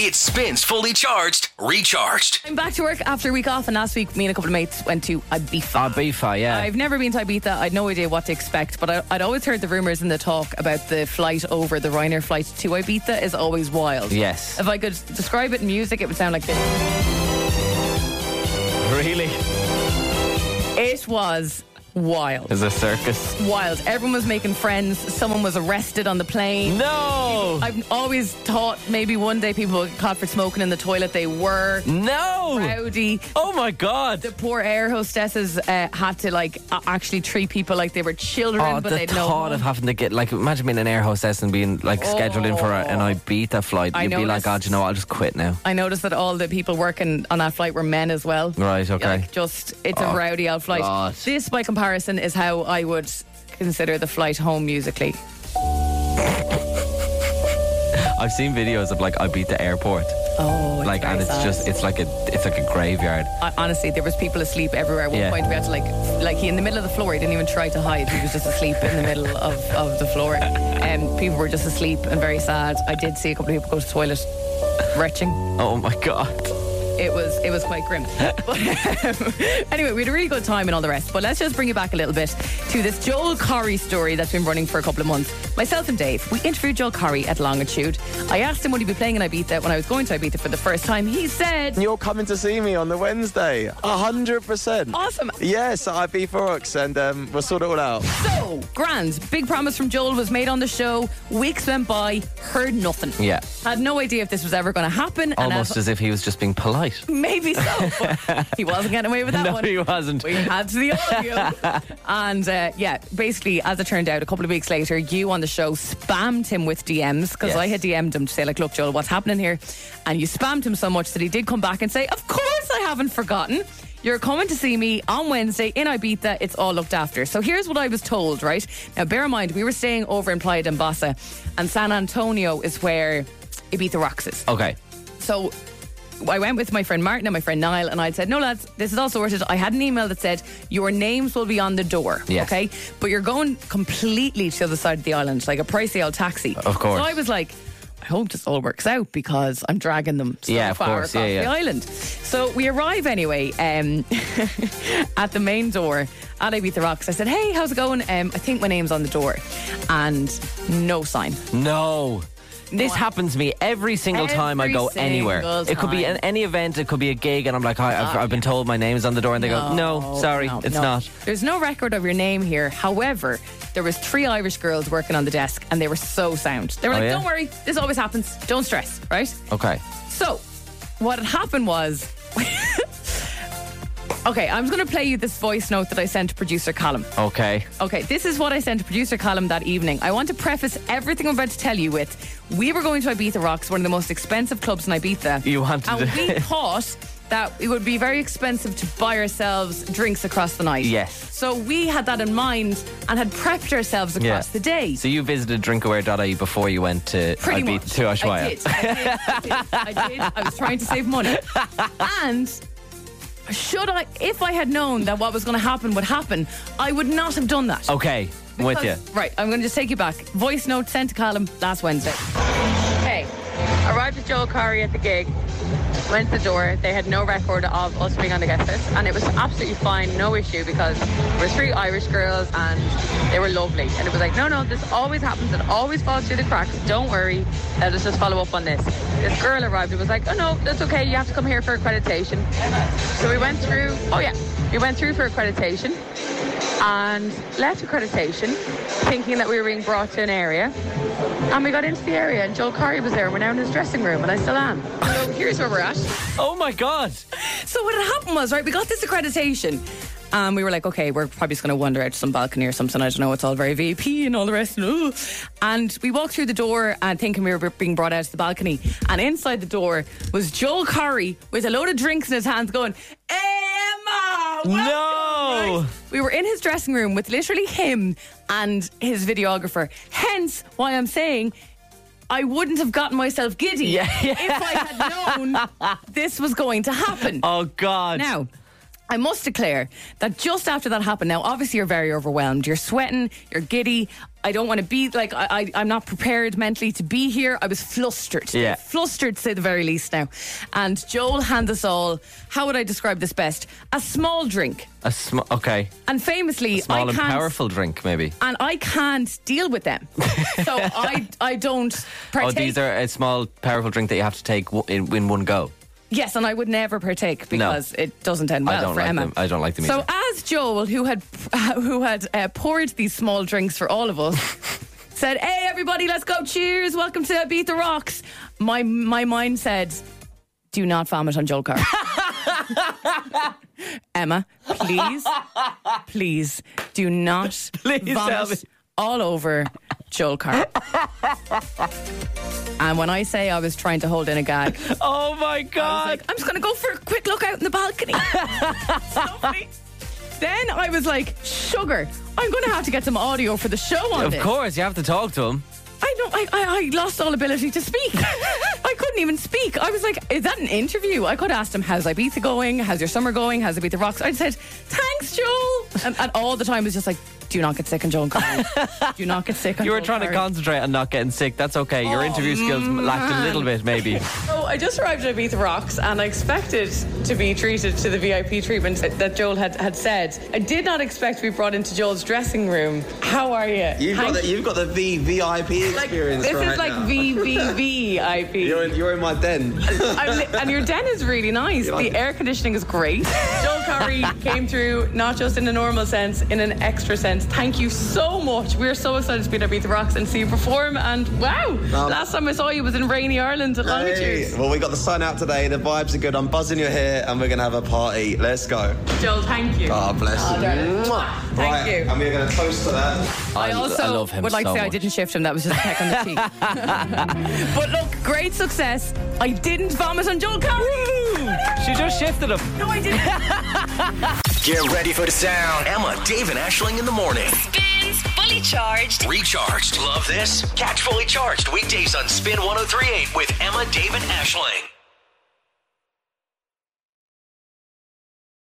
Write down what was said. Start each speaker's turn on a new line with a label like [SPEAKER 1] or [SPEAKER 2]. [SPEAKER 1] It spins fully charged, recharged.
[SPEAKER 2] I'm back to work after a week off, and last week me and a couple of mates went to Ibiza.
[SPEAKER 3] Ibiza, Uh, yeah.
[SPEAKER 2] I've never been to Ibiza. I had no idea what to expect, but I, I'd always heard the rumours and the talk about the flight over the Ryanair flight to Ibiza is always wild.
[SPEAKER 3] Yes.
[SPEAKER 2] If I could describe it in music, it would sound like this.
[SPEAKER 3] Really?
[SPEAKER 2] It was wild.
[SPEAKER 3] Is a circus?
[SPEAKER 2] Wild. Everyone was making friends. Someone was arrested on the plane.
[SPEAKER 3] No!
[SPEAKER 2] I've always thought maybe one day people would get caught for smoking in the toilet. They were
[SPEAKER 3] No!
[SPEAKER 2] rowdy.
[SPEAKER 3] Oh my god!
[SPEAKER 2] The poor air hostesses uh, had to like a- actually treat people like they were children,
[SPEAKER 3] Oh,
[SPEAKER 2] but
[SPEAKER 3] the
[SPEAKER 2] they'd know.
[SPEAKER 3] thought of having to get like imagine being an air hostess and being like scheduled in for a, an Ibiza flight.
[SPEAKER 2] Oh. I
[SPEAKER 3] You'd be
[SPEAKER 2] noticed-
[SPEAKER 3] like, oh, do you know what? I'll just quit now.
[SPEAKER 2] I noticed that all the people working on that flight were men as well.
[SPEAKER 3] Right, okay. Oh,
[SPEAKER 2] Like just it's a rowdy old flight.
[SPEAKER 3] God.
[SPEAKER 2] This, by comparison, is how I would consider the flight home musically.
[SPEAKER 3] I've seen videos of like Ibiza airport,
[SPEAKER 2] Oh,
[SPEAKER 3] like, and it's just it's like a it's like a graveyard.
[SPEAKER 2] I- honestly, there was people asleep everywhere. At one
[SPEAKER 3] Yeah.
[SPEAKER 2] point, we had to like, like he in the middle of the floor. He didn't even try to hide. He was just asleep in the middle of, of the floor. And um, people were just asleep and very sad. I did see a couple of people go to the toilet, retching.
[SPEAKER 3] Oh my god!
[SPEAKER 2] It was it was quite grim. But, um, anyway, we had a really good time and all the rest. But let's just bring you back a little bit to this Joel Corry story that's been running for a couple of months. Myself and Dave, we interviewed Joel Corry at Longitude. I asked him would he be playing in Ibiza when I was going to Ibiza for the first time. He said,
[SPEAKER 4] You're coming to see me on the Wednesday. A 100%.
[SPEAKER 5] Oh.
[SPEAKER 2] "Awesome."
[SPEAKER 4] Yes, at IB Forex, and um, we'll sort it all out.
[SPEAKER 2] So, grand. Big promise from Joel was made on the show. Weeks went by, heard nothing.
[SPEAKER 3] Yeah.
[SPEAKER 2] Had no idea if this was ever going to happen. and
[SPEAKER 3] Almost
[SPEAKER 2] I've-
[SPEAKER 3] as if he was just being polite.
[SPEAKER 2] Maybe so. but he wasn't getting away with that
[SPEAKER 3] No,
[SPEAKER 2] one.
[SPEAKER 3] he wasn't.
[SPEAKER 2] We had the audio. and uh, yeah, basically, as it turned out, a couple of weeks later, you on the show spammed him with DMs because
[SPEAKER 3] Yes.
[SPEAKER 2] I had DM'd him to say, like, look, Joel, what's happening here? And you spammed him so much that he did come back and say, of course I haven't forgotten. You're coming to see me on Wednesday in Ibiza. It's all looked after. So here's what I was told, right? Now, bear in mind, we were staying over in Playa Dambassa, and San Antonio is where Ibiza rocks is.
[SPEAKER 3] Okay.
[SPEAKER 2] So I went with my friend Martin and my friend Niall, and I said, No, lads, this is all sorted. I had an email that said, Your names will be on the door.
[SPEAKER 3] Yes.
[SPEAKER 2] Okay. But you're going completely to the other side of the island, like a pricey old taxi.
[SPEAKER 3] Of course.
[SPEAKER 2] So I was like, I hope this all works out because I'm dragging them so
[SPEAKER 3] Yeah, of
[SPEAKER 2] far
[SPEAKER 3] course.
[SPEAKER 2] across
[SPEAKER 3] Yeah,
[SPEAKER 2] the
[SPEAKER 3] yeah.
[SPEAKER 2] island. So we arrive anyway um, at the main door at Ibiza Rocks. I said, Hey, how's it going? Um, I think my name's on the door. And no sign.
[SPEAKER 3] No. This happens to me every single time I
[SPEAKER 2] Every
[SPEAKER 3] go anywhere.
[SPEAKER 2] single
[SPEAKER 3] It could be
[SPEAKER 2] time.
[SPEAKER 3] an, any event, it could be a gig, and I'm like, "Hi, I've, I've been told my name's on the door, and they go, no, sorry,
[SPEAKER 2] no,
[SPEAKER 3] it's
[SPEAKER 2] no.
[SPEAKER 3] not.
[SPEAKER 2] There's no record of your name here. However, there was three Irish girls working on the desk, and they were so sound. They were
[SPEAKER 3] Oh,
[SPEAKER 2] like,
[SPEAKER 3] yeah?
[SPEAKER 2] "Don't worry, this always happens. Don't stress." Right.
[SPEAKER 3] Okay.
[SPEAKER 2] So, what had happened was. Okay, I'm going to play you this voice note that I sent to producer Callum.
[SPEAKER 3] Okay.
[SPEAKER 2] Okay, this is what I sent to producer Column that evening. I want to preface everything I'm about to tell you with we were going to Ibiza Rocks, one of the most expensive clubs in Ibiza.
[SPEAKER 3] You wanted
[SPEAKER 2] And
[SPEAKER 3] to-
[SPEAKER 2] we thought that it would be very expensive to buy ourselves drinks across the night.
[SPEAKER 3] Yes.
[SPEAKER 2] So we had that in mind and had prepped ourselves across the day.
[SPEAKER 3] So you visited drinkaware.ie E before you went to
[SPEAKER 2] Pretty
[SPEAKER 3] Ibi-
[SPEAKER 2] much.
[SPEAKER 3] to
[SPEAKER 2] I
[SPEAKER 3] Ushuaia.
[SPEAKER 2] did. I did, I did. I did. I was trying to save money. And should I, if I had known that what was going to happen would happen, I would not have done that.
[SPEAKER 3] Okay, I'm with you.
[SPEAKER 2] Because- Right, I'm going to just take you back. Voice note sent to Colin last Wednesday.
[SPEAKER 5] Hey, arrived with Joel Corey at the gig. Went to the door. They had no record of us being on the guest list, and it was absolutely fine, no issue, because there were three Irish girls and they were lovely. And it was like, no, no, this always happens. It always falls through the cracks. Don't worry. Let us just follow up on this. This girl arrived. It was like, oh no, that's okay. You have to come here for accreditation. So we went through. Oh yeah, we went through for accreditation and left accreditation, thinking that we were being brought to an area. And we got into the area, and Joel Corey was there. We're now in his dressing room, and I still am. So here's where we're at.
[SPEAKER 3] Oh my god.
[SPEAKER 2] So what had happened was, right, we got this accreditation. And we were like, okay, we're probably just going to wander out to some balcony or something. I don't know. It's all very VIP and all the rest. And, ooh. and we walked through the door and thinking we were being brought out to the balcony. And inside the door was Joel Curry with a load of drinks in his hands going, Emma! welcome,
[SPEAKER 3] No!
[SPEAKER 2] right?" We were in his dressing room with literally him and his videographer. Hence why I'm saying I wouldn't have gotten myself giddy if I had known this was going to happen.
[SPEAKER 3] Oh god.
[SPEAKER 2] Now, I must declare that just after that happened, now obviously you're very overwhelmed. You're sweating, you're giddy. I don't want to be like, I, I, I'm not prepared mentally to be here. I was flustered.
[SPEAKER 3] Yeah.
[SPEAKER 2] Flustered, to say the very least now. And Joel hands us all, how would I describe this best? A small drink.
[SPEAKER 3] A sm- okay,
[SPEAKER 2] And famously, I
[SPEAKER 3] small and
[SPEAKER 2] can't.
[SPEAKER 3] powerful drink maybe.
[SPEAKER 2] And I can't deal with them. so I, I don't
[SPEAKER 3] Oh,
[SPEAKER 2] partake.
[SPEAKER 3] these are a small powerful drink that you have to take w- in, in one go.
[SPEAKER 2] Yes, and I would never partake because it doesn't end
[SPEAKER 3] I
[SPEAKER 2] well
[SPEAKER 3] don't
[SPEAKER 2] for
[SPEAKER 3] like
[SPEAKER 2] Emma.
[SPEAKER 3] them. I don't like them
[SPEAKER 2] So
[SPEAKER 3] either.
[SPEAKER 2] as Joel, who had who had uh, poured these small drinks for all of us, said, "Hey, everybody, let's go! Cheers! Welcome to Beat the Rocks." My my mind said, "Do not vomit on Joel Carr." Emma, please, please do not
[SPEAKER 3] Please
[SPEAKER 2] vomit
[SPEAKER 3] tell me.
[SPEAKER 2] all over Joel Carr. and when I say I was trying to hold in a gag,
[SPEAKER 3] Oh my god!
[SPEAKER 2] like, I'm just gonna go for a quick look out in the balcony. It's lovely. Then I was like, sugar, I'm gonna have to get some audio for the show on
[SPEAKER 3] of
[SPEAKER 2] this.
[SPEAKER 3] course, you have to talk to him.
[SPEAKER 2] I don't I, I, I lost all ability to speak. I couldn't even speak. I was like, is that an interview? I could have asked him, how's Ibiza going? How's your summer going? How's Ibiza Rocks? I said, thanks, Joel. And, and all the time was just like, do not get sick on Joel Curry. do not get sick on
[SPEAKER 3] You were
[SPEAKER 2] Joel
[SPEAKER 3] trying to
[SPEAKER 2] Curry."
[SPEAKER 3] concentrate on not getting sick. That's okay. Your
[SPEAKER 2] Oh,
[SPEAKER 3] interview skills lacked a little bit, maybe.
[SPEAKER 5] So I just arrived at Ibiza Rocks and I expected to be treated to the VIP treatment that Joel had, had said. I did not expect to be brought into Joel's dressing room. How are you?
[SPEAKER 6] You've got, the, you've got the V VIP
[SPEAKER 5] Like,
[SPEAKER 6] experience
[SPEAKER 5] this
[SPEAKER 6] right
[SPEAKER 5] is like
[SPEAKER 6] now.
[SPEAKER 5] VVVIP.
[SPEAKER 6] You're in, you're in my den.
[SPEAKER 5] I'm li- and your den is really nice.
[SPEAKER 6] like
[SPEAKER 5] the
[SPEAKER 6] it?
[SPEAKER 5] air conditioning is great. Joel Curry came through, not just in a normal sense, in an extra sense. Thank you so much. We're so excited to be at Beat the Rocks and see you perform. And wow, last time I saw you was in rainy Ireland at Longitude.
[SPEAKER 6] Hey, well, we got the sun out today. The vibes are good. I'm buzzing your hair, and we're gonna have a party. Let's go.
[SPEAKER 5] Joel, thank you.
[SPEAKER 6] Ah, bless you.
[SPEAKER 5] darling.
[SPEAKER 6] Mwah.
[SPEAKER 5] Thank
[SPEAKER 6] right, Um,
[SPEAKER 5] you.
[SPEAKER 6] and we're gonna toast to that.
[SPEAKER 2] I also
[SPEAKER 3] love him
[SPEAKER 2] would like
[SPEAKER 3] so
[SPEAKER 2] to say I
[SPEAKER 3] much.
[SPEAKER 2] didn't shift him. That was just a peck on the cheek. but look, great success. I didn't vomit on Joel Curry.
[SPEAKER 3] she just shifted him.
[SPEAKER 2] No, I didn't.
[SPEAKER 1] Get ready for the sound. Emma, Dave, and Ashling in the morning.
[SPEAKER 7] Spins Fully Charged.
[SPEAKER 1] oh Recharged. Love this? Catch fully charged weekdays on Spin 1038 with Emma, Dave, and Ashling.